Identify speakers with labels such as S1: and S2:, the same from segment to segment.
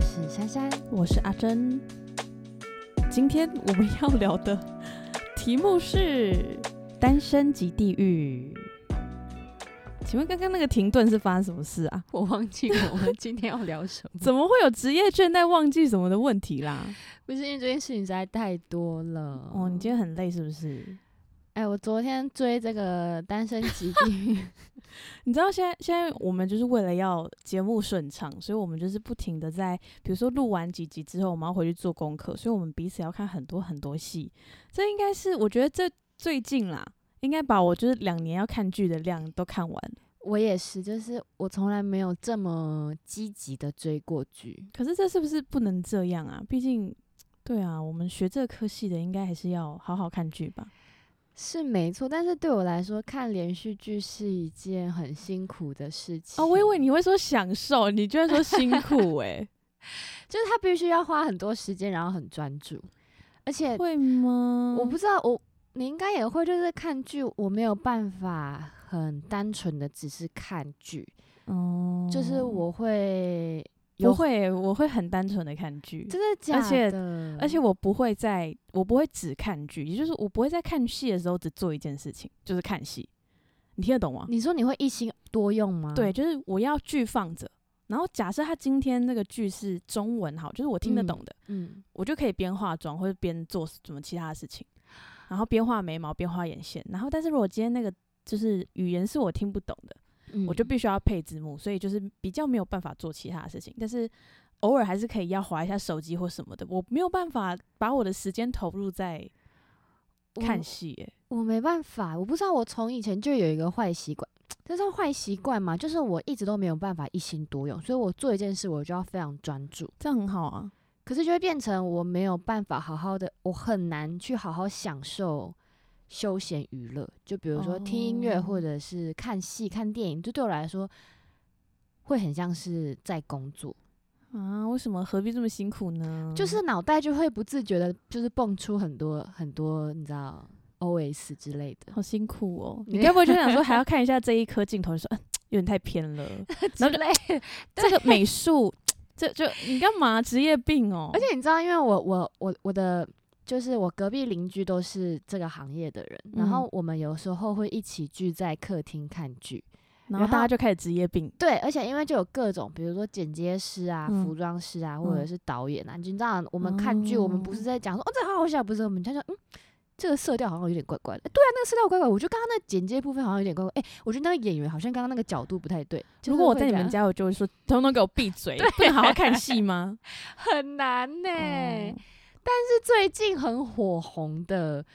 S1: 是珊珊，
S2: 我是阿珍。今天我们要聊的题目是单身及地狱。请问刚刚那个停顿是发生什么事啊？
S1: 我忘记我们今天要聊什么，
S2: 怎么会有职业倦怠、忘记什么的问题啦？
S1: 不是因为这件事情实在太多了。
S2: 哦，你今天很累是不是？
S1: 哎、我昨天追这个《单身极地狱》，
S2: 你知道现在现在我们就是为了要节目顺畅，所以我们就是不停的在，比如说录完几集之后，我们要回去做功课，所以我们彼此要看很多很多戏。这应该是我觉得这最近啦，应该把我就是两年要看剧的量都看完了。
S1: 我也是，就是我从来没有这么积极的追过剧。
S2: 可是这是不是不能这样啊？毕竟，对啊，我们学这科系的应该还是要好好看剧吧。
S1: 是没错，但是对我来说，看连续剧是一件很辛苦的事情。
S2: 哦，我以为你会说享受，你居然说辛苦欸 诶、
S1: 就是他必须要花很多时间，然后很专注，而且
S2: 会吗？
S1: 我不知道，我你应该也会，就是看剧，我没有办法很单纯的只是看剧，
S2: 哦，
S1: 就是我会有
S2: 不会、我会很单纯的看剧，
S1: 真的假的，
S2: 且
S1: 嗯
S2: 而且我不会在，我不会只看剧，也就是我不会在看戏的时候只做一件事情，就是看戏。你听得懂吗？
S1: 你说你会一心多用吗？
S2: 对，，就是我要剧放着，然后假设他今天那个剧是中文好，就是我听得
S1: 嗯
S2: 懂的，
S1: 嗯，
S2: 我就可以边化妆或者边做什么其他的事情，然后边画眉毛边画眼线。然后，但是如果今天那个就是语言是我听不懂的，
S1: 嗯
S2: 我就必须要配字幕，所以就是比较没有办法做其他的事情。但是偶尔还是可以要划一下手机或什么的，我没有办法把我的时间投入在看戏、欸。
S1: 我，我没办法，我不知道，我从以前就有一个坏习惯。这算坏习惯嘛？就是我一直都没有办法一心多用，所以我做一件事我就要非常专注。
S2: 这样很好啊。
S1: 可是就会变成我没有办法好好的，我很难去好好享受休闲娱乐，就比如说听音乐
S2: 哦
S1: 或者是看戏、看电影，就对我来说会很像是在工作，
S2: 啊，为什么何必这么辛苦呢？
S1: 就是脑袋就会不自觉的，就是蹦出很多很多，你知道 OS 之类的，
S2: 好辛苦 哦。
S1: 你
S2: 你该不会就想说还要看一下这一颗镜头，就说嗯，有点太偏 了。
S1: 之
S2: 然后就
S1: 类的。
S2: 这个美术，这就你干嘛职业病哦？
S1: 而且你知道，因为我我我我的。就是我隔壁邻居都是这个行业的人，然后
S2: 嗯
S1: 我们有时候会一起聚在客厅看剧，
S2: 然
S1: 然
S2: 后大
S1: 后
S2: 家就开始职业病，
S1: 对，而且因为就有各种，比如说剪接师啊、
S2: 嗯
S1: 服装师啊，或者
S2: 嗯
S1: 是导演啊，你知道我们看剧，我们不是
S2: 哦
S1: 在讲说哦这好好笑，不是我们就说嗯。这个色调好像有点怪怪的，诶对啊，那个色调怪怪。我觉得刚刚那剪接部分好像有点怪怪。哎、我觉得那个演员好像刚刚那个角度不太对。就是
S2: 如果我
S1: 会
S2: 在你
S1: 这
S2: 们
S1: 样
S2: 家，我就会说，通通给我闭嘴，不能好好看 戏吗？
S1: 很难呢、
S2: 哦
S1: 是最近很火红的《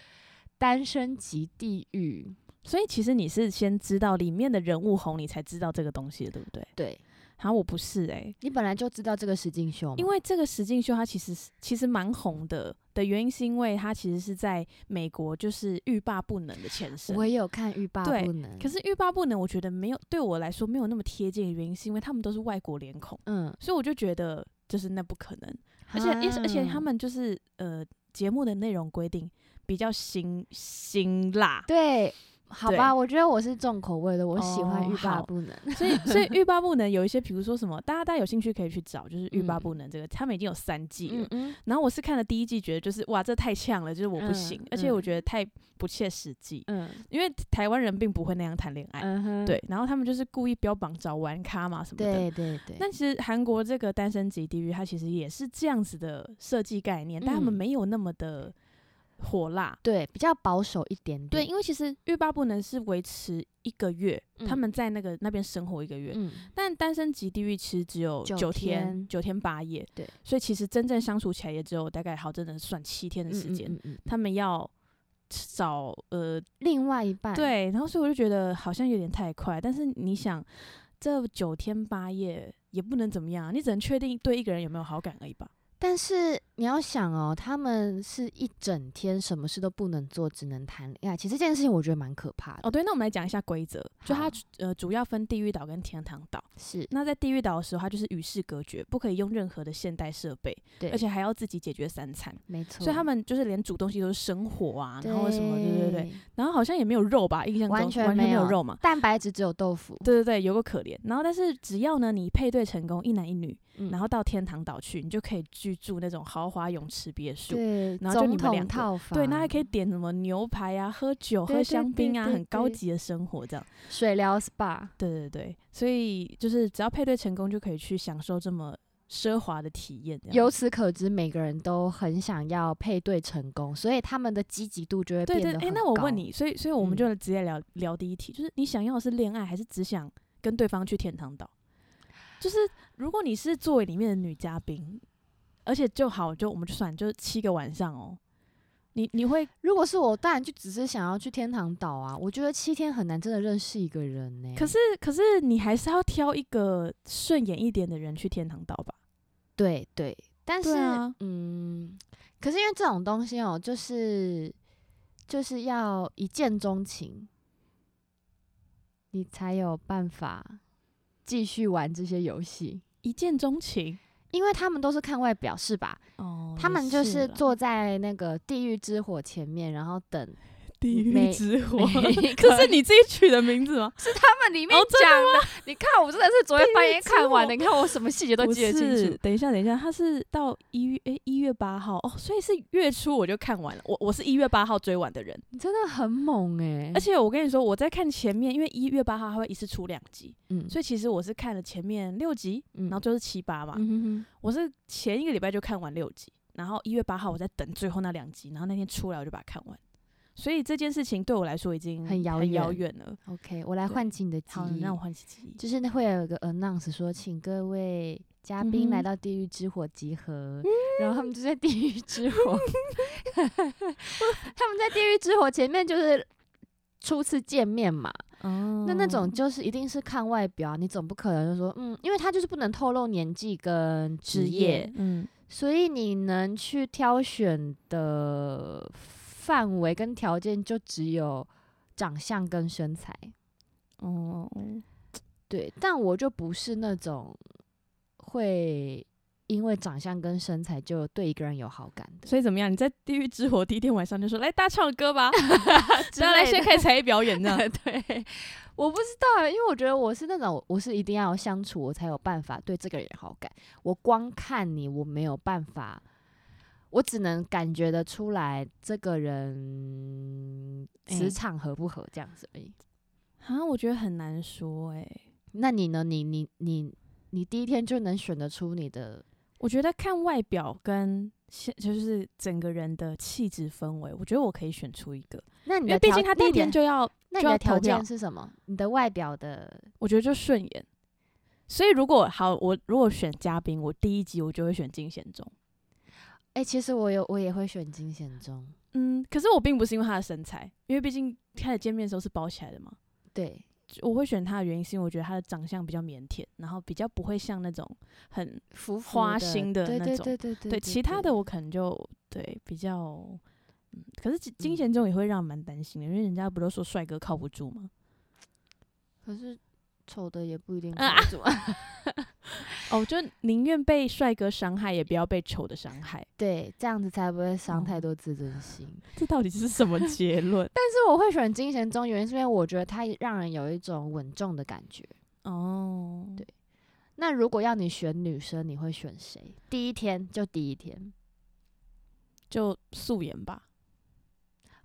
S1: 单身级地狱》。
S2: 所以其实你是先知道里面的人物红，你才知道这个东西的，对不对？
S1: 对
S2: 好，我不是诶、欸
S1: 你本来就知道这个石进秀吗，
S2: 因为这个石进秀它其实是其实蛮红的，的原因是因为它其实是在美国就是欲罢不能的前身。
S1: 我也有看《欲罢
S2: 对
S1: 不能》，
S2: 可是欲罢不能，我觉得没有对我来说没有那么贴近的原因，是因为他们都是外国脸孔，
S1: 嗯，
S2: 所以我就觉得就是那不可能。而且也是，而且
S1: 啊
S2: 他们就是呃，节目的内容规定比较辛辛辣，
S1: 对，好
S2: 对
S1: 吧，我觉得我是重口味的，我喜欢
S2: 哦
S1: 欲罢
S2: 好
S1: 不能。
S2: 所以所以欲罢不能有一些，比如说什么，大家大家有兴趣可以去找，就是欲罢
S1: 嗯
S2: 不能这个，他们已经有三季了。
S1: 嗯嗯，
S2: 然后我是看了第一季，觉得就是哇，这太呛了，就是我不
S1: 嗯
S2: 行，而且我
S1: 嗯
S2: 觉得太不切实际，
S1: 嗯
S2: 因为台湾人并不会那样谈恋爱，
S1: 嗯哼，
S2: 哎对。然后他们就是故意标榜找玩咖嘛什么的，
S1: 对对对，
S2: 但其实韩国这个单身级地狱，它其实也是这样子的设计概念，但他们
S1: 嗯
S2: 没有那么的火辣。
S1: 对比较保守一点
S2: 对，
S1: 点。
S2: 因为其实欲罢不能是维持一个月，他
S1: 嗯
S2: 们在那个那边生活一个月，
S1: 嗯，
S2: 但单身级地狱其实只有
S1: 九
S2: 九
S1: 天
S2: 天，九天八夜，
S1: 对，
S2: 所以其实真正相处起来也只有大概好，真的算七天
S1: 嗯
S2: 的时
S1: 嗯
S2: 间。
S1: 嗯嗯
S2: 他们要找呃，
S1: 另外一半，
S2: 对，然后所以我就觉得好像有点太快。但是你想，这九天八夜也不能怎么样啊，你只能确定对一个人有没有好感而已吧？
S1: 但是你要想哦，他们是一整天什么事都不能做，只能谈恋爱。其实这件事情我觉得蛮可怕的。
S2: 哦，对，那我们来讲一下规则，就它
S1: 好
S2: 主呃主要分地狱岛跟天堂岛。
S1: 是，
S2: 那在地狱岛的时候，它就是与世隔绝，不可以用任何的现代设备，
S1: 对，
S2: 而且还要自己解决三餐。
S1: 没错，
S2: 所以他们就是连煮东西都是生火啊，然后什么，对对对，
S1: 对，
S2: 然后好像也没有肉吧，印象中
S1: 完全
S2: 没
S1: 没有
S2: 肉嘛，
S1: 蛋白质只有豆腐。
S2: 对对对，有个可怜。然后但是只要呢你配对成功，一男一女，
S1: 嗯
S2: 然后到天堂岛去，你就可以去住那种豪华泳池别墅。
S1: 对，
S2: 然后就你
S1: 总
S2: 们
S1: 统
S2: 两个
S1: 套房，
S2: 对，那还可以点什么牛排啊、喝酒、
S1: 对
S2: 喝
S1: 对
S2: 香
S1: 对
S2: 槟啊，
S1: 对
S2: 很高
S1: 对
S2: 级的生活这样。
S1: 水疗 SPA，
S2: 对对对，所以就是只要配对成功，就可以去享受这么奢华的体验。这样
S1: 由此可知，每个人都很想要配对成功，所以他们的积极度就会变
S2: 对
S1: 得
S2: 对，
S1: 很
S2: 诶那我
S1: 高
S2: 问，你，所以所以我们
S1: 嗯
S2: 就直接聊、聊第一题，就是你想要的是恋爱，还是只想跟对方去天堂岛？就是如果你是座位里面的女嘉宾，而且就好，就我们就算就七个晚上哦，你你会
S1: 如果是我，当然就只是想要去天堂岛啊。我觉得七天很难真的认识一个人呢、
S2: 可是可是你还是要挑一个顺眼一点的人去天堂岛吧？
S1: 对对，但是、
S2: 对啊
S1: 嗯，可是因为这种东西哦、就是就是要一见钟情，你才有办法继续玩这些游戏，
S2: 一见钟情
S1: 因为他们都是看外表，是吧？
S2: 哦，
S1: 他
S2: 也
S1: 们就是是
S2: 啦
S1: 坐在那个地狱之火前面，然后等
S2: 地狱
S1: 每
S2: 之火，
S1: 每一
S2: 这
S1: 个
S2: 是你自己取的名字吗？
S1: 是他们里面
S2: 哦真的
S1: 讲的。 你看，我真的是昨天半夜
S2: 之
S1: 看完
S2: 火
S1: 的，你看我什么 细节都
S2: 不
S1: 记得清
S2: 是
S1: 楚。，
S2: 等一下，等一下，他是到一月诶一、月八号哦，所以是月初我就看完了。我我是一月八号追完的人，
S1: 你真的很猛哎、
S2: 而且我跟你说，我在看前面，因为一月八号他会一次出两集，
S1: 嗯
S2: 所以其实我是看了前面六集，
S1: 嗯
S2: 然后就是七八嘛，
S1: 嗯哼哼
S2: 我是前一个礼拜就看完六集，然后一月八号我在等最后那两集，然后那天出来我就把它看完。所以这件事情对我来说已经
S1: 很遥
S2: 遥
S1: 远
S2: 远了。
S1: OK，我来
S2: 对
S1: 唤起你的记
S2: 好，你
S1: 忆，
S2: 让我唤起记忆。
S1: 就是那会有一个 announce 说，请各位嘉宾
S2: 嗯哼
S1: 来到地狱之火集合，然后他们就在地狱之 火，他们在地狱之火前面就是初次见面嘛，
S2: 哦
S1: 那那种就是一定是看外表啊，你总不可能就说，嗯，因为他就是不能透露年纪跟职业，，
S2: 嗯，
S1: 所以你能去挑选的范围跟条件就只有长相跟身材。
S2: 哦，
S1: 对，但我就不是那种会因为长相跟身材就对一个人有好感的。
S2: 所以怎么样？你在地狱之火第一天晚上就说：“来，大家唱歌 吧，
S1: 之
S2: 大家来
S1: 类
S2: 先
S1: 的
S2: 开始才艺表演。”这样，
S1: 对，我不知道欸，因为我觉得我是那种，我是一定要相处，我才有办法对这个人有好感。我光看你，我没有办法，我只能感觉得出来这个人
S2: 欸
S1: 磁场合不合这样子而已。
S2: 啊，我觉得很难说哎、
S1: 那你呢？你你你你第一天就能选得出你的
S2: 我觉得看外表跟现就是整个人的气质氛围，我觉得我可以选出一个，
S1: 那你
S2: 因
S1: 的
S2: 为毕
S1: 条
S2: 竟他第
S1: 那
S2: 一
S1: 你
S2: 天
S1: 的
S2: 就要，
S1: 那你
S2: 就要
S1: 的条
S2: 投票
S1: 件是什么？你的外表的
S2: 我觉得就顺眼。所以如果好，我如果选嘉宾，我第一集我就会选金贤重。
S1: 哎、其实我有，我也会选金贤中。
S2: 嗯，可是我并不是因为他的身材，因为毕竟开始见面的时候是包起来的嘛。
S1: 对，
S2: 我会选他的原因是因为我觉得他的长相比较腼腆，然后比较不会像那种很
S1: 浮浮
S2: 花
S1: 的
S2: 心的
S1: 对
S2: 那
S1: 对
S2: 种
S1: 对对对
S2: 对其他
S1: 对
S2: 的我可能就对比较，嗯，可是金金
S1: 嗯
S2: 贤重也会让人蛮担心的，因为人家不都说帅哥靠不住吗？
S1: 可是丑的也不一定
S2: 啊
S1: 靠得 住啊
S2: 哦，就宁愿被帅哥伤害，也不要被丑的伤 害。
S1: 对，这样子才不会伤
S2: 哦
S1: 太多自尊心。
S2: 这到底是什么结论？
S1: 但是我会选金贤中，原因是因为我觉得他让人有一种稳重的感觉。
S2: 哦，
S1: 对那如果要你选女生，你会选谁？第一天就第一天
S2: 就素颜吧。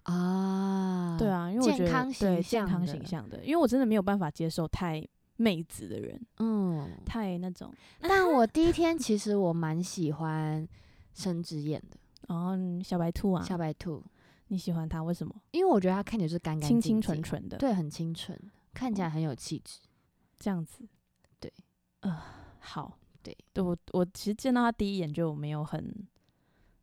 S1: 啊
S2: 对，啊，因为我
S1: 健
S2: 觉得
S1: 康形
S2: 对健
S1: 象
S2: 康
S1: 的
S2: 形象的，因为我真的没有办法接受太妹子的人，
S1: 嗯。
S2: 太那种。
S1: 但我第一天其实我蛮喜欢申智燕的
S2: 哦，嗯小白兔啊，
S1: 小白兔，
S2: 你喜欢他为什么？
S1: 因为我觉得她看起来就是干干
S2: 清
S1: 净净
S2: 清纯纯的，
S1: 对，很清纯，看起来很有气质。
S2: 这样子，
S1: 对，
S2: 呃，好，
S1: 对，
S2: 对我我其实见到他第一眼就没有很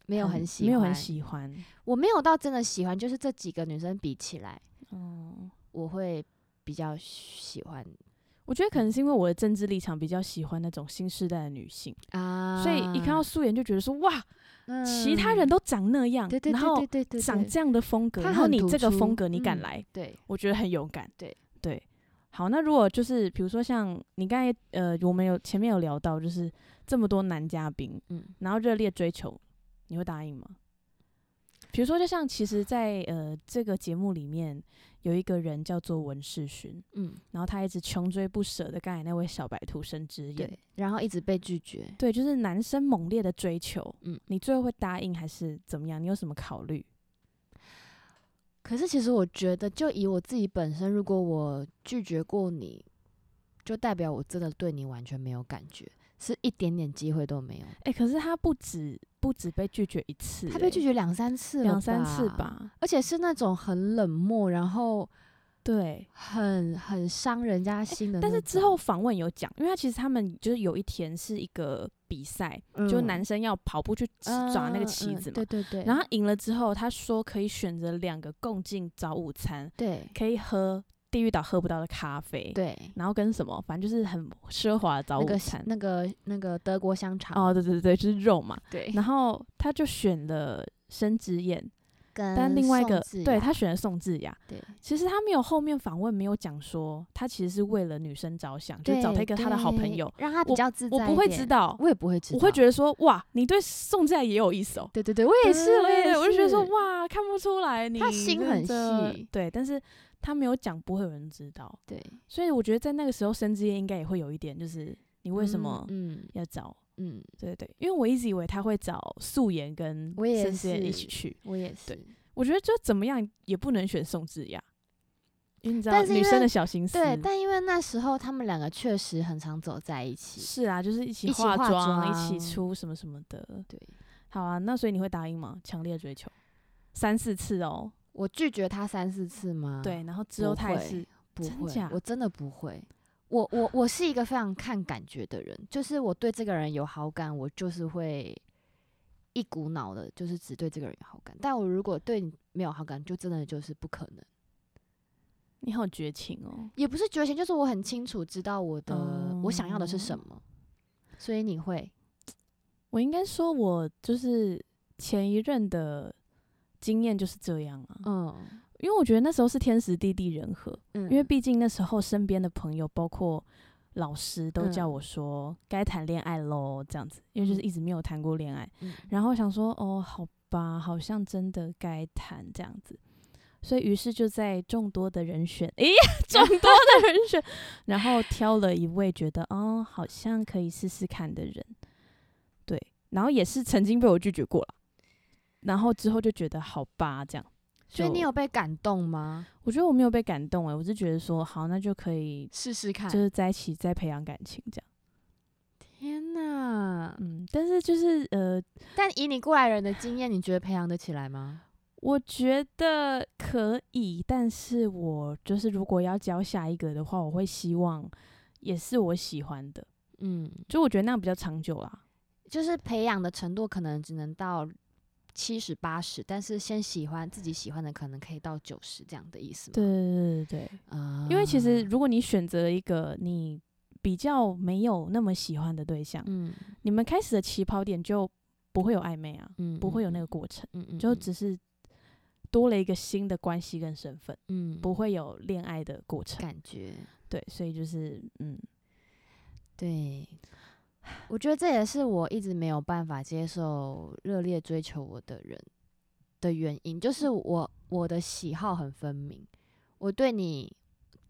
S1: 没有很喜欢，
S2: 没有很，喜欢，
S1: 我没有到真的喜欢，就是这几个女生比起来，
S2: 嗯，
S1: 我会比较喜欢
S2: 我觉得可能是因为我的政治立场比较喜欢那种新时代的女性，
S1: 啊
S2: 所以一看到素颜就觉得说哇，
S1: 嗯
S2: 其他人都长那样，
S1: 对对
S2: 然
S1: 对
S2: 后
S1: 对对对
S2: 长
S1: 对
S2: 这样的风格，
S1: 她
S2: 然后
S1: 很
S2: 你
S1: 突
S2: 这个风
S1: 出
S2: 格你敢
S1: 嗯
S2: 来，
S1: 对
S2: 我觉得很勇敢。
S1: 对
S2: 对，好，那如果就是比如说像你刚才呃，我们有前面有聊到，就是这么多男嘉宾，
S1: 嗯，
S2: 然后热烈追求，你会答应吗？比如说，就像其实在，呃这个节目里面有一个人叫做文世勋，
S1: 嗯，
S2: 然后他一直穷追不舍的刚才那位小白兔生之眼，
S1: 对，然后一直被拒绝，
S2: 对，就是男生猛烈的追求，
S1: 嗯
S2: 你最后会答应还是怎么样？你有什么考虑？
S1: 可是其实我觉得，就以我自己本身，如果我拒绝过你，就代表我真的对你完全没有感觉，是一点点机会都没有。
S2: 哎、可是他不止不止被拒绝一次、
S1: 他被拒绝欸两三次了，
S2: 绝两三次，吧？
S1: 而且是那种很冷漠，然后
S2: 对，
S1: 很很伤人家心的那
S2: 但
S1: 种、
S2: 是之后访问有讲，因为他其实他们就是有一天是一个比赛，就男生要跑步去
S1: 嗯
S2: 抓那个
S1: 嗯
S2: 旗
S1: 嗯
S2: 子嘛，
S1: 对对对，
S2: 然后他赢了之后，他说可以选择两个共进早午餐，
S1: 对
S2: 可以喝地狱岛喝不到的咖啡，，
S1: 对
S2: 然后跟什么，反正就是很奢华的早
S1: 那
S2: 午
S1: 个
S2: 餐。
S1: 那个那个德国香肠，
S2: 哦，对对对，就是肉嘛。
S1: 对，
S2: 然后他就选了申智彦，
S1: 跟
S2: 但另外一个
S1: 呃宋智
S2: 对
S1: 雅
S2: 他选了宋智雅。
S1: 对
S2: 其实他没有后面访问没有讲说，他其实是为了女生着想，就
S1: 对
S2: 找他一个他的好朋
S1: 对
S2: 友。
S1: 让他比较自在
S2: 我
S1: 一点，
S2: 不会知道，
S1: 我也不会知道，
S2: 我会觉得说，哇，你对宋智雅也有意思哦。
S1: 对对对，我也是，我
S2: 对
S1: 也是，
S2: 我就觉得说，哇，看不出来你
S1: 他心
S2: 认
S1: 很
S2: 真
S1: 细
S2: 对，但是他没有讲，不会有人知道，
S1: 对，
S2: 所以我觉得在那个时候，申智燕应该也会有一点，就是你为什么
S1: 嗯
S2: 要找？
S1: 嗯，嗯
S2: 对对，因为我一直以为他会找素颜跟
S1: 我也
S2: 申智燕一
S1: 是
S2: 起去，
S1: 我也是。
S2: 我觉得就怎么样也不能选宋智雅，因为你知道
S1: 但是因
S2: 女生
S1: 为
S2: 的小心思，
S1: 对，但因为那时候他们两个确实很常走在一起，
S2: 是啊，就是一起
S1: 一起
S2: 化
S1: 化
S2: 妆、一
S1: 妆
S2: 起出什么什么的。
S1: 对
S2: 好啊，那所以你会答应吗？强烈追求三四次哦，
S1: 我拒绝他三四次吗？，
S2: 对，然后之后
S1: 不
S2: 他
S1: 嗯
S2: 也
S1: 会
S2: 是
S1: 不
S2: 真
S1: 会
S2: 假，
S1: 我真的不会。我我我是一个非常看感觉的人，就是我对这个人有好感，我就是会一股脑的，就是只对这个人有好感。但我如果对你没有好感，就真的就是不可能。
S2: 你好绝情哦！
S1: 也不是绝情，就是我很清楚知道我的、我想要的是什
S2: 哦
S1: 么，所以你会
S2: 我应该说，我就是前一任的经验就是这样啊，
S1: 嗯
S2: 因为我觉得那时候是天时地利人和，
S1: 嗯，
S2: 因为毕竟那时候身边的朋友，包括老师，都叫
S1: 嗯
S2: 我说该谈恋爱喽，这样子，因为就是
S1: 嗯
S2: 一直没有谈过恋爱，
S1: 嗯
S2: 然后想说，哦，好吧，好像真的该谈这样子。所以，于是就在众多的人选，诶， 众多的人选，然后挑了一位觉得，哦，好像可以试试看的人，对，然后也是曾经被我拒绝过了，然后之后就觉得，好吧，这样。
S1: 所以你
S2: 就
S1: 有被感动吗？
S2: 我觉得我没有被感动诶、欸我是觉得说，好，那就可以
S1: 试试看
S2: 就是在一起再培养感情这样。
S1: 天哪！
S2: 嗯，但是就是呃，
S1: 但以你过来人的经验，你觉得培养得起来吗？
S2: 我觉得可以，但是我就是如果要教下一个的话，我会希望也是我喜欢的，
S1: 嗯，
S2: 就我觉得那样比较长久啦。
S1: 就是培养的程度可能只能到七十八十，但是先喜欢自己喜欢的，可能可以到九十这样的意思吗？
S2: 对对对对对，
S1: 啊，
S2: 因为其实如果你选择了一个你比较没有那么喜欢的对象，
S1: 嗯
S2: 你们开始的起跑点就不会有暧昧啊，
S1: 嗯
S2: 不会有那
S1: 嗯
S2: 个过程，
S1: 嗯嗯
S2: 就
S1: 嗯
S2: 只是多了一个新的关系跟身份。
S1: 嗯
S2: 不会有恋爱的过程。
S1: 感觉
S2: 对，所以就是嗯，
S1: 对。我觉得这也是我一直没有办法接受热烈追求我的人的原因，就是我我的喜好很分明，我对你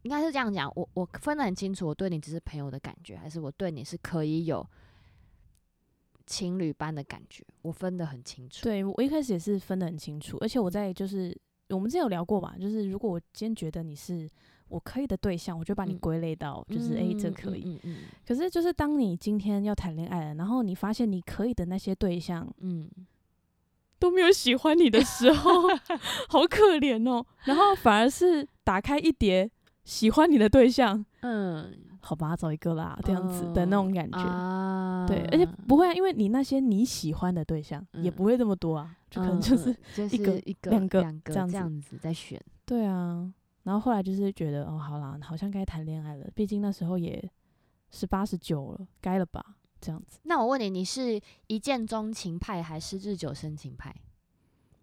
S1: 应该是这样讲，我我分得很清楚，我对你只是朋友的感觉，还是我对你是可以有情侣般的感觉，我分得很清楚。
S2: 对我一开始也是分得很清楚，而且我在就是我们之前有聊过吧，就是如果我今天觉得你是我可以的对象，我就把你
S1: 嗯
S2: 归类到就是诶，这
S1: 嗯
S2: 可以。
S1: 嗯嗯
S2: 可是就是当你今天要谈恋爱了，然后你发现你可以的那些对象
S1: 嗯，嗯
S2: 都没有喜欢你的时候， 好可怜哦。然后反而是打开一叠喜欢你的对象，
S1: 嗯
S2: 好吧，找一个啦，这样子的那
S1: 哦
S2: 种感觉。
S1: 啊，
S2: 对，而且不会啊，因为你那些你喜欢的对象、也
S1: 嗯
S2: 不会这么多啊，就可能
S1: 嗯
S2: 就是、
S1: 嗯就
S2: 一个
S1: 是一个
S2: 两个
S1: 两个
S2: 这样
S1: 这
S2: 子
S1: 样子在选。
S2: 对啊。然后后来就是觉得哦，好啦，好像该谈恋爱了，毕竟那时候也十八十九了，该了吧？这样子，
S1: 那我问你，你是一见钟情派还是日久生情派？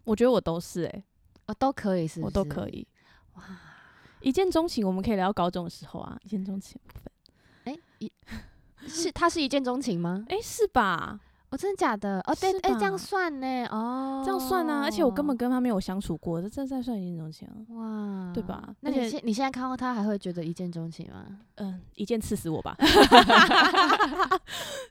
S2: 我觉得我都是欸诶、
S1: 哦，都可以，是不
S2: 我
S1: 是？
S2: 都可。以。
S1: 哇，
S2: 一见钟情，我们可以聊到高中的时候啊，一见钟情的部分，
S1: 哎、一是他是一见钟情吗？
S2: 诶、是吧？
S1: 哦，真的假的？哦，对
S2: 是，
S1: 哎、这样
S2: 吧
S1: 算呢？哦，
S2: 这样算啊，而且我根本跟他没有相处过，这这再算一见钟情啊了。
S1: 哇，
S2: 对吧
S1: 那
S2: 而
S1: 你
S2: 且
S1: 现你现在看到他还会觉得一见钟情吗？
S2: 嗯，一剑刺死我 吧！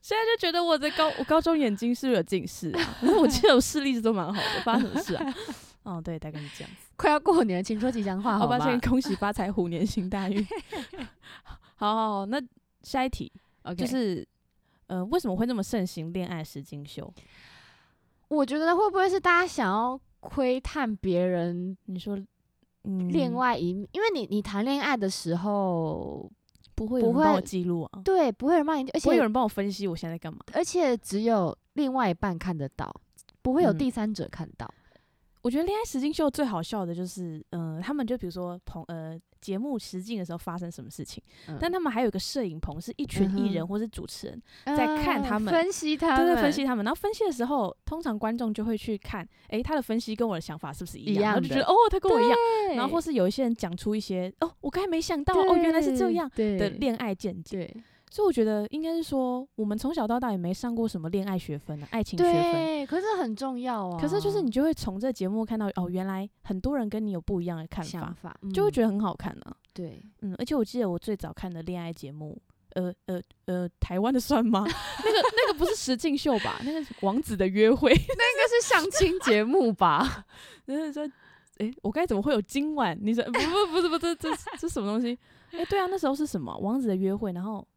S2: 现在就觉得我的高我高中眼睛是不是有近视 啊，可是我记得我视力一直都蛮好的，发生什么事 啊？哦，对，大概是这样子。
S1: 快要过年了，请说吉祥话
S2: 好吧，
S1: 吧
S2: 先恭喜发财，虎年行大 运。好好好，那下一题
S1: ，OK，
S2: 就是，呃，为什么会那么盛行恋爱时进修？
S1: 我觉得会不会是大家想要窥探别人
S2: 你说，嗯，
S1: 恋爱一面？因为你你谈恋爱的时候，
S2: 不会
S1: 不
S2: 有人帮
S1: 会
S2: 我记录啊，
S1: 对，不会有人帮你，而
S2: 不会有
S1: 且
S2: 人帮我分析我现在在干嘛。
S1: 而且只有另外一半看得到，不会有
S2: 嗯
S1: 第三者看到。
S2: 我觉得恋爱实境秀最好笑的就是，嗯、他们就比如说朋呃节目实境的时候发生什么事情，
S1: 嗯
S2: 但他们还有一个摄影棚，是一群艺人
S1: 嗯哼
S2: 或是主持人，在看他们
S1: 啊分析他
S2: 都
S1: 们，
S2: 在分析他们。然后分析的时候，通常观众就会去看，诶、他的分析跟我的想法是不是一
S1: 一
S2: 样？然后就
S1: 样
S2: 觉
S1: 的
S2: 得哦，他跟我一样。
S1: 对，
S2: 然后或是有一些人讲出一些哦，我刚才没想到，哦，原来是这样
S1: 对
S2: 的恋爱见解。
S1: 对
S2: 所以我觉得应该是说，我们从小到大也没上过什么恋爱学分啊，爱情学分。
S1: 对，可是很重要啊。
S2: 可是就是你就会从这节目看到哦，原来很多人跟你有不一样的看
S1: 想
S2: 法，
S1: 法，
S2: 就会
S1: 嗯
S2: 觉得很好看啊。
S1: 对，
S2: 嗯，而且我记得我最早看的恋爱节目，呃呃呃，台湾的算吗？ 那个那个不是实境秀吧？那个是王子的约会，
S1: 那个是相亲节目吧？
S2: 然后说，诶，我该怎么会有今晚？你说不 不不是不是这这这什么东西？诶，对啊，那时候是什么王子的约会？然后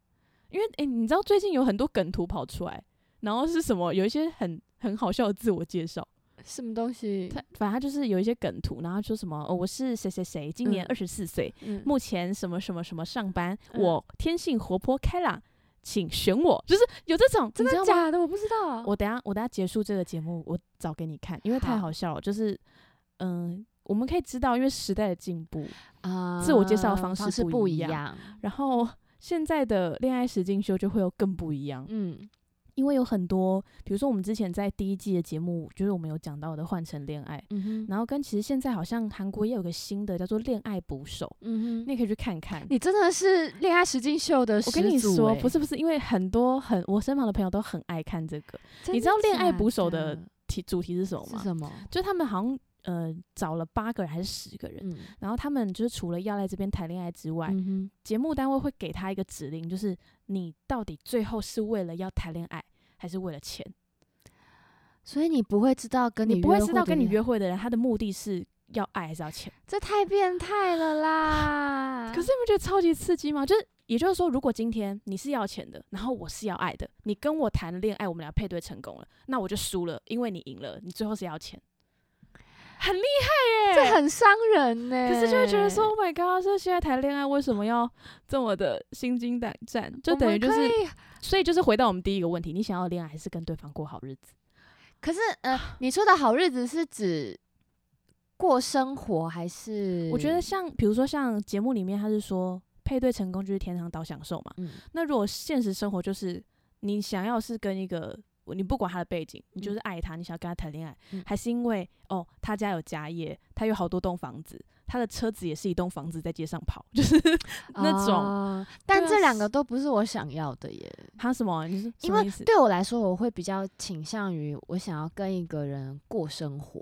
S2: 因为诶，你知道最近有很多梗图跑出来，然后是什么？有一些很很好笑的自我介绍。
S1: 什么东西？
S2: 他反正他就是有一些梗图，然后说什么、哦、我是谁谁谁，今年
S1: 嗯
S2: 二十四岁，
S1: 嗯
S2: 目前什么什么什么上班，
S1: 嗯
S2: 我天性活泼开朗，请选我，就是有这种，
S1: 真
S2: 你知
S1: 的
S2: 道吗？
S1: 假的？我不知道啊。
S2: 我等一下我等一下结束这个节目，我找给你看，因为太
S1: 好
S2: 好笑了。就是嗯，我们可以知道，因为时代的进步，
S1: 啊
S2: 自我介绍方
S1: 方
S2: 式
S1: 式
S2: 不
S1: 不
S2: 一
S1: 一
S2: 样
S1: 样。
S2: 然后现在的恋爱实境秀就会有更不一样，
S1: 嗯
S2: 因为有很多，比如说我们之前在第一季的节目，就是我们有讲到的换成恋爱。
S1: 嗯哼，
S2: 然后跟其实现在好像韩国也有个新的叫做恋爱捕手，
S1: 嗯
S2: 你
S1: 哼，
S2: 也可以去看看。
S1: 你真的是恋爱实境秀的
S2: 我
S1: 始祖欸、
S2: 跟你说，不是不是，因为很多很我身旁的朋友都很爱看这个
S1: 真
S2: 你
S1: 的
S2: 知道恋爱
S1: 假
S2: 捕手的
S1: 的
S2: 题主题是什么
S1: 是
S2: 吗？
S1: 什么？
S2: 就他们好像呃找了八个人还是十个人，
S1: 嗯
S2: 然后他们就是除了要来这边谈恋爱之外，
S1: 嗯哼，
S2: 节目单位会给他一个指令，就是你到底最后是为了要谈恋爱还是为了钱？
S1: 所以你不会知道跟
S2: 你不会
S1: 约
S2: 知道
S1: 会
S2: 跟
S1: 的
S2: 你
S1: 人，
S2: 约会的人他的目的是要爱还是要钱？
S1: 这太变态了啦！
S2: 可是你不觉得超级刺激吗？就是也就是说，如果今天你是要钱的，然后我是要爱的，你跟我谈恋爱，我们俩配对成功了，那我就输了，因为你赢了，你最后是要钱，很厉害
S1: 这
S2: 耶。
S1: 很伤人呢、
S2: 可是就会觉得说，Oh my god，这现在谈恋爱为什么要这么的心惊胆战？就
S1: 我
S2: 等于
S1: 们
S2: 就
S1: 可
S2: 是，
S1: 以
S2: 所以就是回到我们第一个问题，你想要恋爱还是跟对方过好日子？
S1: 可是，呃，你说的好日子是指过生活还是？
S2: 我觉得，像比如说像节目里面他是说配对成功就是天堂岛享受嘛，
S1: 嗯，
S2: 那如果现实生活就是你想要是跟一个你不管他的背景，你就是爱他，你想要跟他谈恋爱，
S1: 嗯
S2: 还是因为哦他家有家业，他有好多栋房子，他的车子也是一栋房子在街上跑， 就是那种
S1: 哦但
S2: 对啊
S1: 这两
S2: 是
S1: 个都不是我想要的耶，
S2: 他什么？啊你是什
S1: 因
S2: 么
S1: 为
S2: 意思？
S1: 对我来说，我会比较倾向于我想要跟一个人过生活。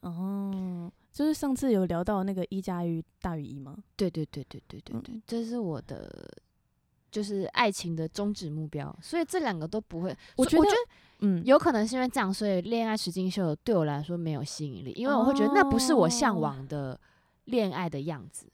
S2: 哦，就是上次有聊到那个一加一大于一吗？
S1: 对对对对对对对，
S2: 嗯
S1: 这是我的就是爱情的终止目标，所以这两个都不会。所
S2: 我
S1: 以
S2: 觉
S1: 我
S2: 得
S1: 觉得
S2: 嗯，
S1: 有可能是因为这样，所以恋爱实境秀对我来说没有吸引力，因为我会觉得那不是我向
S2: 哦
S1: 往的恋爱的样子。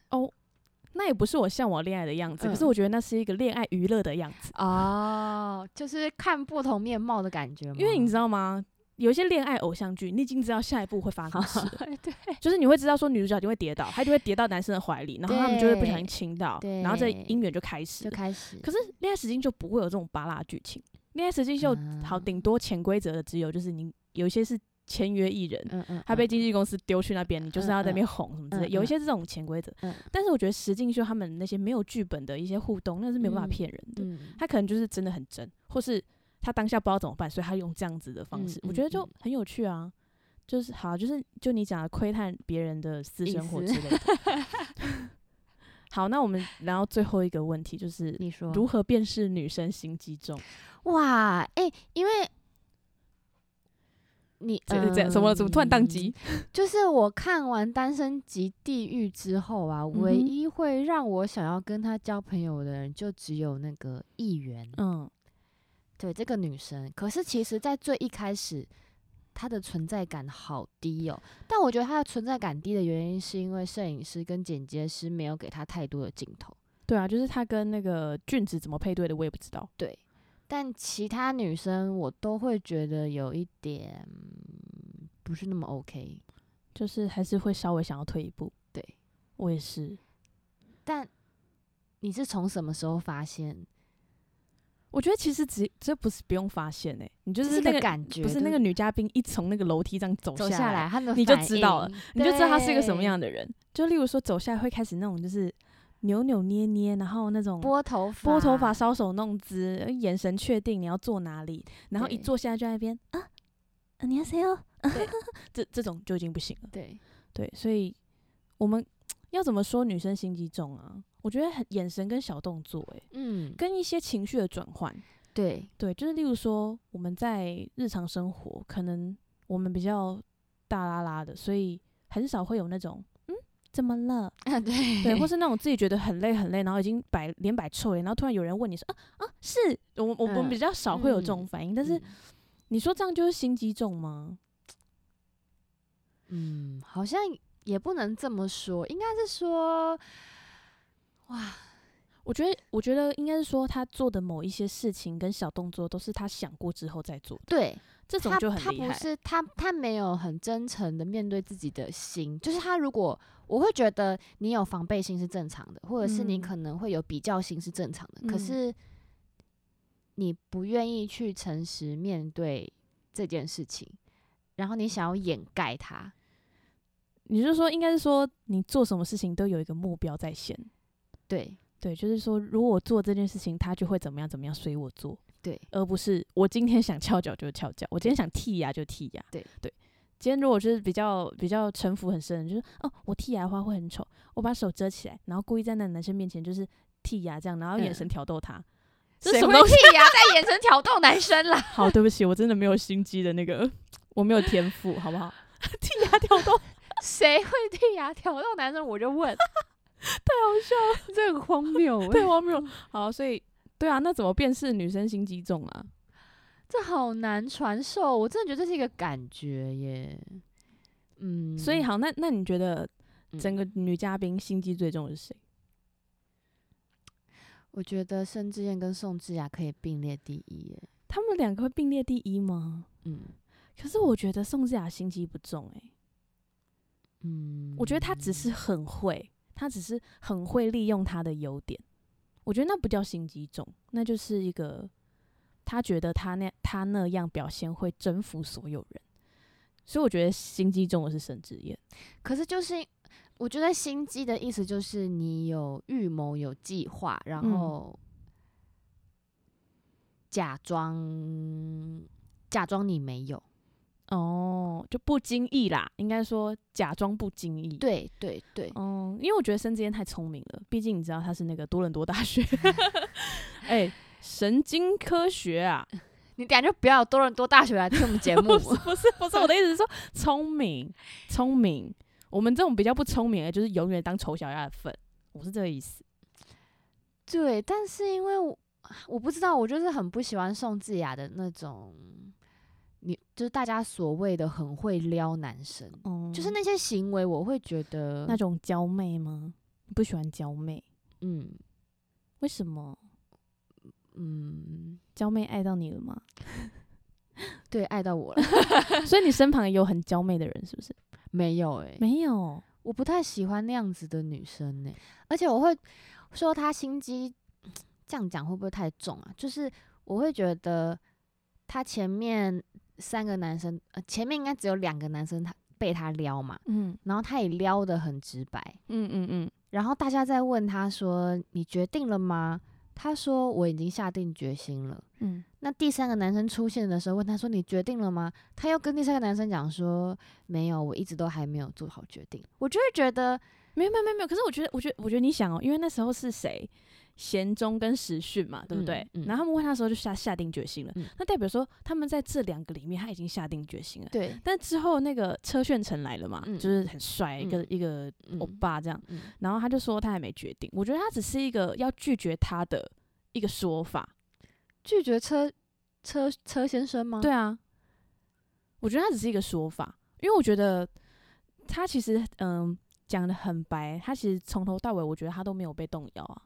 S2: 那也不是我向往恋爱的样子，可是
S1: 嗯
S2: 我觉得那是一个恋爱娱乐的样子，
S1: 哦，就是看不同面貌的感觉吗？
S2: 因为你知道吗？有一些恋爱偶像剧，你已经知道下一步会发生什 么事了
S1: 对
S2: 就是你会知道说女主角就会跌倒，她就会跌到男生的怀里，然后他们就会不小心亲到，
S1: 对
S2: 然后这姻缘就开始
S1: 就
S2: 了。
S1: 开始，
S2: 可是恋爱实境就不会有这种拔拉剧情，恋爱实境秀
S1: 啊
S2: 好顶多潜规则的只有就是你有一些是签约艺人，
S1: 嗯嗯，
S2: 他被
S1: 嗯
S2: 经纪公司丢去那边，你就是要在那边哄什么之类，
S1: 嗯嗯
S2: 有一些这种潜规则
S1: 嗯。
S2: 但是我觉得实境秀他们那些没有剧本的一些互动，那是没有办法
S1: 嗯
S2: 骗人的，
S1: 嗯
S2: 他可能就是真的很真，或是他当下不知道怎么办，所以他用这样子的方
S1: 嗯
S2: 式，
S1: 嗯
S2: 我觉得就
S1: 嗯
S2: 很有趣啊。就是好，就是就你讲的窥探别人的私
S1: 隐
S2: 生活
S1: 私
S2: 之类的。 好，那我们然后最后一个问题就是
S1: 你说
S2: 如何辨识女生心机重？
S1: 哇，哎、因为你
S2: 这这样怎么了？怎么突然宕？机？
S1: 嗯就是我看完《单身级地狱》之后啊，唯
S2: 嗯哼
S1: 一会让我想要跟他交朋友的人，就只有那个议员，
S2: 嗯，
S1: 对这个女生。可是其实，在最一开始，她的存在感好低哦。但我觉得她的存在感低的原因，是因为摄影师跟剪接师没有给她太多的镜头。
S2: 对啊，就是他跟那个俊子怎么配对的，我也不知道。
S1: 对，但其他女生我都会觉得有一点嗯不是那么 OK。
S2: 就是还是会稍微想要退一步。
S1: 对
S2: 我也是，
S1: 但你是从什么时候发现？
S2: 我觉得其实只这不是不用发现哎、你就
S1: 这
S2: 是
S1: 是
S2: 那
S1: 个
S2: 个
S1: 感觉，
S2: 不是那
S1: 对
S2: 个女嘉宾一从那个楼梯这样走
S1: 走
S2: 下
S1: 下来，，她的
S2: 你就
S1: 反
S2: 知道了
S1: 应，
S2: 你就知道她是一个什么
S1: 对
S2: 样的人。就例如说走下来会开始那种就是扭扭捏捏，然后那种
S1: 拨头发，
S2: 拨头发、搔首弄姿，呃眼神确定你要坐哪里，然后一
S1: 对
S2: 坐下来就在那边啊，啊你要谁哦
S1: 对？
S2: 这这种就已经不行了。
S1: 对，
S2: 对，所以我们要怎么说女生心机重啊？我觉得很眼神跟小动作、欸，
S1: 嗯，
S2: 跟一些情绪的转换，
S1: 对，
S2: 对，就是例如说我们在日常生活，可能我们比较大拉拉的，所以很少会有那种嗯怎么了，
S1: 啊对，
S2: 对，或是那种自己觉得很累很累，然后已经摆脸摆臭脸，然后突然有人问你说啊啊是我们我们
S1: 嗯
S2: 比较少会有这种
S1: 嗯
S2: 反应，但是你说这样就是心机重吗？
S1: 嗯，嗯好像也不能这么说，应该是说，哇，
S2: 我觉得，我觉得应该是说他做的某一些事情跟小动作都是他想过之后再做的，
S1: 对，
S2: 这种
S1: 他
S2: 就
S1: 他
S2: 很厉
S1: 不
S2: 害。
S1: 是他他没有很真诚的面对自己的心，就是他如果我会觉得你有防备心是正常的，或者是你
S2: 嗯
S1: 可能会有比较心是正常的，可
S2: 嗯
S1: 是你不愿意去诚实面对这件事情，然后你想要掩盖它，
S2: 你就说，应该是说你做什么事情都有一个目标在先，
S1: 对
S2: 对，就是说如果我做这件事情，他就会怎么样怎么样，所以我做，
S1: 对
S2: 而不是我今天想翘脚就翘脚，我今天想剔牙就剔牙。
S1: 对
S2: 对，今天如果就是比较比较城府很深，就是哦，我剔牙的话会很丑，我把手遮起来，然后故意在那男生面前就是剔牙这样，然后眼神
S1: 嗯
S2: 挑逗他。这
S1: 谁
S2: 什
S1: 会
S2: 么东西
S1: 剔牙在眼神挑逗男生啦？
S2: 好，对不起，我真的没有心机的那个，我没有天赋，好不好？ 剔牙挑逗，
S1: 谁会剔牙挑逗男生？我就问， 太好笑了，这很荒谬欸
S2: 对，我没有。好，所以对啊，那怎么辨识女生心机重啊？
S1: 这好难传授，我真的觉得这是一个感觉耶。嗯，
S2: 所以好，那那你觉得
S1: 嗯
S2: 整个女嘉宾心机最重的是谁？
S1: 我觉得申智燕跟宋智雅可以并列第一耶。
S2: 她们两个会并列第一吗？
S1: 嗯
S2: 可是我觉得宋智雅心机不重诶、
S1: 嗯，
S2: 我觉得她只是很会，她只是很会利用她的优点。我觉得那不叫心机重，那就是一个她觉得她那她那样表现会征服所有人。所以我觉得心机重的是沈智妍，
S1: 可是就是我觉得心机的意思就是你有预谋、有计划，然
S2: 嗯
S1: 后假装、假装你没有。
S2: 哦，就不经意啦，应该说假装不经意。，
S1: 对对对，
S2: 嗯，因为我觉得沈智妍太聪明了，毕竟你知道她是那个多伦多大 学，哎、神经科学 啊，
S1: 你等下就不要多伦多大学来听我们节目
S2: 不。是不是不 是，我的意思是说聪明聪明，我们这种比较不聪明的，就是永远当丑小鸭的份，我是这个意思。
S1: 对，但是因为我我不知道，我就是很不喜欢宋智雅的那种，你就是大家所谓的很会撩男生，
S2: 嗯，
S1: 就是那些行为，我会觉得
S2: 那种娇媚吗？你不喜欢娇媚，
S1: 嗯
S2: 为什么？
S1: 嗯，
S2: 娇媚爱到你了吗？
S1: 对，爱到我了
S2: 所以你身旁也有很娇媚的人，是不是？
S1: 没有、欸？
S2: 没有，
S1: 我不太喜欢那样子的女生呢、而且我会说她心机，这样讲会不会太重啊？就是我会觉得她前面三个男生，呃，前面应该只有两个男生她被她撩嘛，
S2: 嗯
S1: 然后她也撩得很直白，
S2: 嗯嗯嗯，
S1: 然后大家在问他说：“你决定了吗？”他说：“我已经下定决心了。”
S2: 嗯，
S1: 那第三个男生出现的时候，问他说：“你决定了吗？”他又跟第三个男生讲说：“没有，我一直都还没有做好决定。”我就会觉得，
S2: 没有没有没有没有。可是我觉得，我觉得，我觉得你想哦，因为那时候是谁？闲中跟时训嘛，对不对？
S1: 嗯嗯
S2: 然后他们问他的时候就下下定决心了，
S1: 嗯
S2: 那代表说他们在这两个里面他已经下定决心了。
S1: 对，
S2: 但之后那个车炫成来了嘛，
S1: 嗯
S2: 就是很帅一个、一个
S1: 嗯
S2: 欧巴这样，
S1: 嗯
S2: 然后他就说他还没决定，我觉得他只是一个要拒绝他的一个说法，
S1: 拒绝车车车先生吗？
S2: 对啊，我觉得他只是一个说法，因为我觉得他其实嗯讲的很白，他其实从头到尾，我觉得他都没有被动摇啊。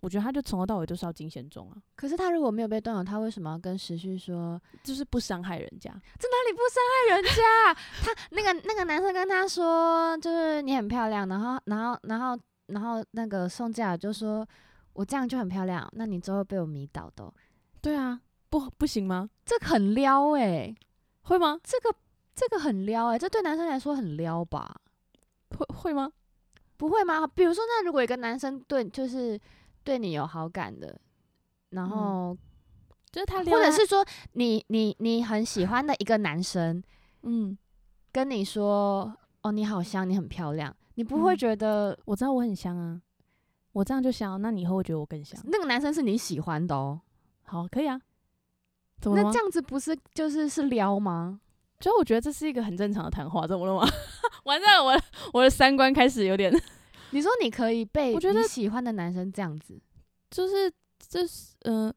S2: 我觉得他就从头到尾都是要金贤重啊，
S1: 可是他如果没有被动摇，他为什么要跟时序说
S2: 就是不伤害人家。
S1: 这哪里不伤害人家？他那个那个男生跟他说，就是你很漂亮，然后然后然后然后那个宋佳尔就说，我这样就很漂亮，那你之后被我迷倒的哦、
S2: 对啊，不不行吗？
S1: 这个很撩诶、
S2: 会吗？
S1: 这个这个很撩诶、欸这对男生来说很撩吧？
S2: 会会吗？
S1: 不会吗？比如说，那如果有一个男生对就是对你有好感的，然
S2: 嗯
S1: 后、
S2: 就是他撩
S1: 或者
S2: 他
S1: 是说你你你很喜欢的一个男生
S2: 嗯，
S1: 跟你说，哦，你好香，你很漂亮，你不会
S2: 嗯
S1: 觉得
S2: 我知道我很香啊，我这样就香，啊那你以后会觉得我更香。
S1: 那个男生是你喜欢的哦？
S2: 好，可以啊。怎么了
S1: 那
S2: 吗
S1: 这？样子不是就是是撩吗？
S2: 就我觉得这是一个很正常的谈话，怎么了吗？ 完蛋了，我的我的三观开始有点
S1: 你说你可以被
S2: 我觉得
S1: 你喜欢的男生这样子，
S2: 就是这是嗯、呃，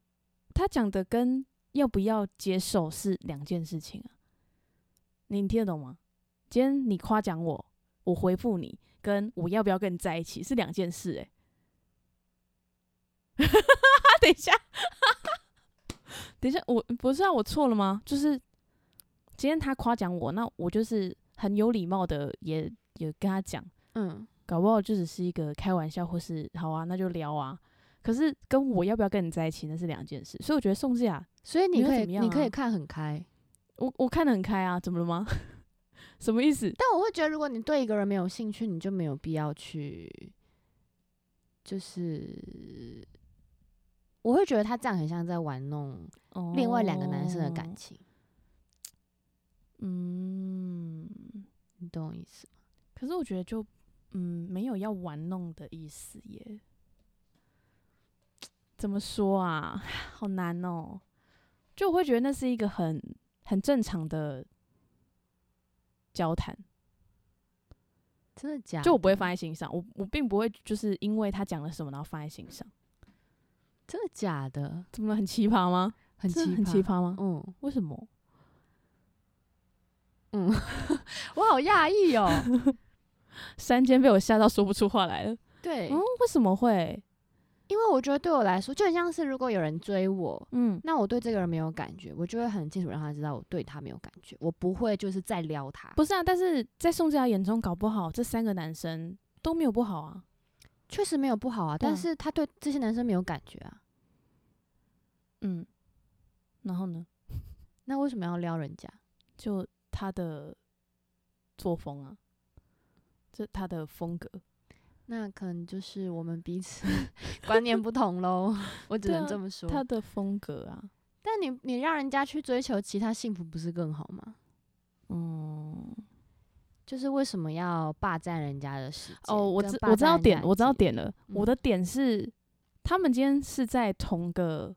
S2: 他讲的跟要不要接受是两件事情啊。你你听得懂吗？今天你夸奖我，我回复你，跟我要不要跟你在一起是两件事、欸。哎， 等一下，等一下，我不是啊，我错了吗？就是今天他夸奖我，那我就是很有礼貌的也也跟他讲。
S1: 嗯，
S2: 搞不好就只是一个开玩笑，或是好啊，那就聊啊。可是跟我要不要跟你在一起，那是两件事。所以我觉得宋智雅，
S1: 所以你
S2: 没有
S1: 可以、
S2: 怎么样
S1: 你可以
S2: 啊
S1: 看很开，
S2: 我我看得很开啊，怎么了吗？ 什么意思？
S1: 但我会觉得，如果你对一个人没有兴趣，你就没有必要去，就是我会觉得他这样很像在玩弄另外两个男生的感
S2: 哦，
S1: 情，
S2: 嗯。
S1: 你懂我意思吗？
S2: 可是我觉得就嗯，没有要玩弄的意思耶。怎么说啊？ 好难哦。就我会觉得那是一个很很正常的交谈。
S1: 真的假的？
S2: 就我不会放在心上，我我并不会就是因为他讲了什么然后放在心上，
S1: 真的假的，
S2: 怎么了很奇葩吗？
S1: 很奇
S2: 真
S1: 葩，
S2: 的很奇葩吗？
S1: 嗯，
S2: 为什么？
S1: 我好讶异 哦。
S2: 山间被我吓到说不出话来了。
S1: 对，
S2: 嗯，为什么会？
S1: 因为我觉得对我来说，就很像是如果有人追我，
S2: 嗯
S1: 那我对这个人没有感觉，我就会很清楚让他知道我对他没有感觉，我不会就是再撩他。
S2: 不是啊，但是在宋智雅眼中，搞不好这三个男生都没有不好啊。
S1: 确实没有不好啊，
S2: 对啊
S1: 但是他对这些男生没有感觉啊，
S2: 嗯，然后呢，
S1: 那为什么要撩人家？
S2: 就他的作风啊，这他的风格，
S1: 那可能就是我们彼此 观念不同喽， 我只
S2: 对
S1: 能
S2: 啊
S1: 这么说。
S2: 他的风格啊，
S1: 但你你让人家去追求其他幸福，不是更好吗？
S2: 嗯，
S1: 就是为什么要霸占人家的时间？
S2: 哦，我
S1: 跟
S2: 知
S1: 霸占
S2: 我知道
S1: 人家
S2: 点，
S1: 的
S2: 我知道
S1: 节
S2: 点了。我
S1: 嗯
S2: 的点是，他们今天是在同个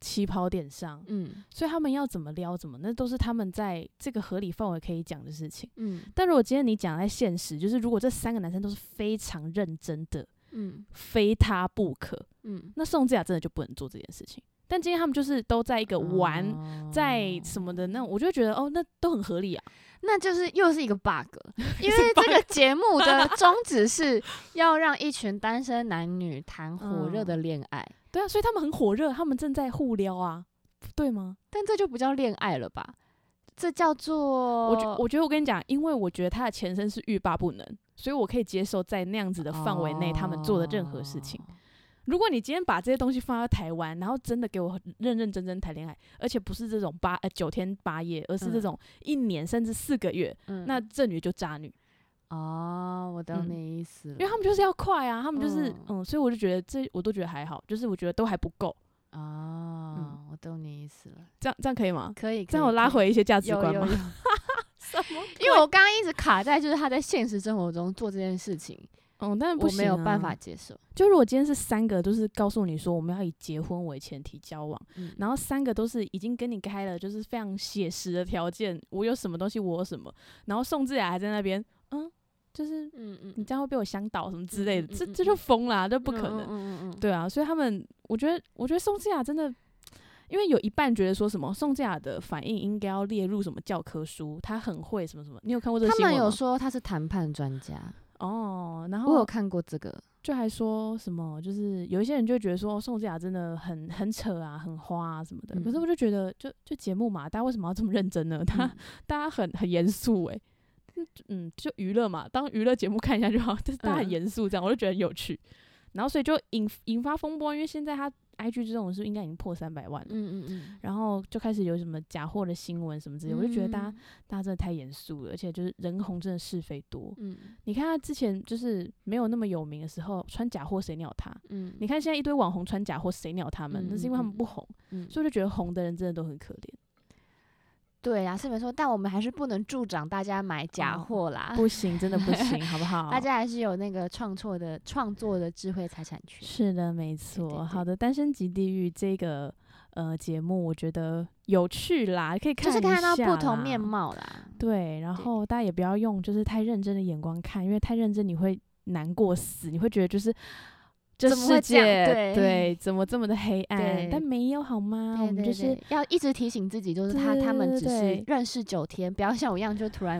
S2: 起跑点上，
S1: 嗯
S2: 所以他们要怎么撩怎么，那都是他们在这个合理范围可以讲的事情。
S1: 嗯
S2: 但如果今天你讲在现实，就是如果这三个男生都是非常认真的，
S1: 嗯
S2: 非他不可，
S1: 嗯，
S2: 那宋智雅真的就不能做这件事情。但今天他们就是都在一个玩。
S1: 哦
S2: 在什么的那种，我就会觉得哦，那都很合理啊。
S1: 那就是又是一个 bug，因为这个节目的宗旨是要让一群单身男女谈火热的恋爱，
S2: 对啊，所以他们很火热，他们正在互撩啊，对吗？
S1: 但这就不叫恋爱了吧？这叫做
S2: 我
S1: 哦
S2: 觉我觉得我跟你讲，因为我觉得他的前身是欲罢不能，所以我可以接受在那样子的范围内他们做的任何事情。
S1: 哦
S2: 如果你今天把这些东西放到台湾，然后真的给我认认真真谈恋爱，而且不是这种八呃九天八夜，而是这
S1: 嗯
S2: 种一年甚至四个月，
S1: 嗯
S2: 那这女就渣女，
S1: 哦，我懂
S2: 嗯
S1: 你意思了，
S2: 因为他们就是要快啊，他们就是
S1: 嗯
S2: 嗯所以我就觉得这我都觉得还好，就是我觉得都还不够，
S1: 哦，我懂你意思了，
S2: 这样这样可以吗？
S1: 可以，
S2: 这
S1: 可以
S2: 样我拉
S1: 可以
S2: 回一些价值
S1: 有
S2: 观
S1: 有
S2: 吗？
S1: 有
S2: 什么
S1: 因为我刚刚一直卡在就是他在现实生活中做这件事情，
S2: 嗯，但是不
S1: 我
S2: 行、
S1: 没有办法。接受。
S2: 就如果今天是三个，都是告诉你说我们要以结婚为前提交往，
S1: 嗯
S2: 然后三个都是已经跟你开了就是非常写实的条件，我有什么东西我有什么，然后宋智雅还在那边，嗯，就是
S1: 嗯嗯，
S2: 你这样会被我香倒什么之类的，
S1: 嗯嗯
S2: 这
S1: 嗯
S2: 这就疯啦、这不可能。
S1: 嗯嗯嗯，
S2: 对啊，所以他们，我觉得，我觉得宋智雅真的，因为有一半觉得说什么宋智雅的反应应该要列入什么教科书，她很会什么什么。你有看过这个
S1: 他
S2: 新
S1: 们
S2: 闻
S1: 有
S2: 吗？
S1: 说他是谈判专家，
S2: 哦，然
S1: 我有
S2: 后
S1: 看过这 个。
S2: 就还说什么，就是有一些人就会觉得说宋智雅真的很很扯啊，很花啊什么的。可是
S1: 嗯
S2: 我就觉得，就就节目嘛，大家为什么要这么认真呢？ 大家、
S1: 嗯
S2: 大家很很严肃诶、嗯嗯，就娱乐嘛，当娱乐节目看一下就好。就是大家很
S1: 嗯
S2: 严肃这样，我就觉得很有趣。然后所以就引引发风波，因为现在他 IG 这种是应该已经破三百万了，
S1: 嗯嗯嗯，
S2: 然后就开始有什么假货的新闻什么之类，我就觉得大
S1: 嗯
S2: 家大家真的太严肃了，而且就是人红真的是非多。
S1: 嗯
S2: 你看他之前就是没有那么有名的时候，穿假货谁鸟他？
S1: 嗯，
S2: 你看现在一堆网红穿假货，谁鸟他们？
S1: 嗯
S2: 那是因为他们
S1: 嗯
S2: 不红，
S1: 嗯
S2: 所以我就觉得红的人真的都很可怜。
S1: 对啊呀，是没错，但我们还是不能助长大家买假
S2: 哦
S1: 货啦。
S2: 不行，真的 不行，好不好？
S1: 啊大家还是有那个创作的创作的智慧财产权。
S2: 是的，没错。
S1: 对
S2: 好的，《单身级地狱》这个呃节目，我觉得有趣啦，可以
S1: 就
S2: 看
S1: 是看到
S2: 一下
S1: 不同面
S2: 啦。嗯
S1: 貌啦。
S2: 对，然
S1: 对
S2: 后大家也不要用就是太认真的眼光看，因为太认真你会难过死，你会觉得就是。这
S1: 怎么会
S2: 世
S1: 这样
S2: 界
S1: 对
S2: 怎么这么 的黑暗
S1: 对？
S2: 但没有好吗？
S1: 对
S2: 我们
S1: 对
S2: 就是
S1: 对要一直提醒自己，就是他
S2: 对
S1: 他们
S2: 对
S1: 只是
S2: 对
S1: 认识九天，不要像我一样就突 然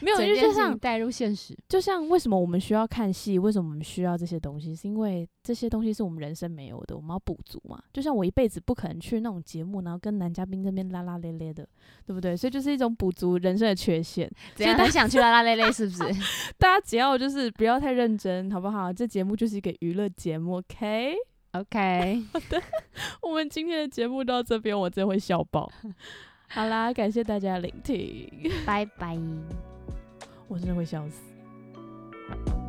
S2: 没有，
S1: 整
S2: 因为
S1: 件
S2: 就
S1: 事情
S2: 像
S1: 带入现实。
S2: 就像为什么我们需要看戏？为什么我们需要这些东西？是因为这些东西是我们人生没有的，我们要补足嘛。就像我一辈子不可能去那种节目，然后跟男嘉宾这边拉拉咧咧的，对不对？所以就是一种补足人生的缺陷。
S1: 怎
S2: 所以
S1: 样
S2: 大
S1: 很想去拉拉累累，是不是？
S2: 大家只要就是不要太认真，好不好？这节目就是一个娱乐节目，OK？
S1: OK，
S2: 我们今天的节目到这边，我真会笑爆。好啦，感谢大家的聆听，
S1: 拜拜。
S2: 我真的会笑死。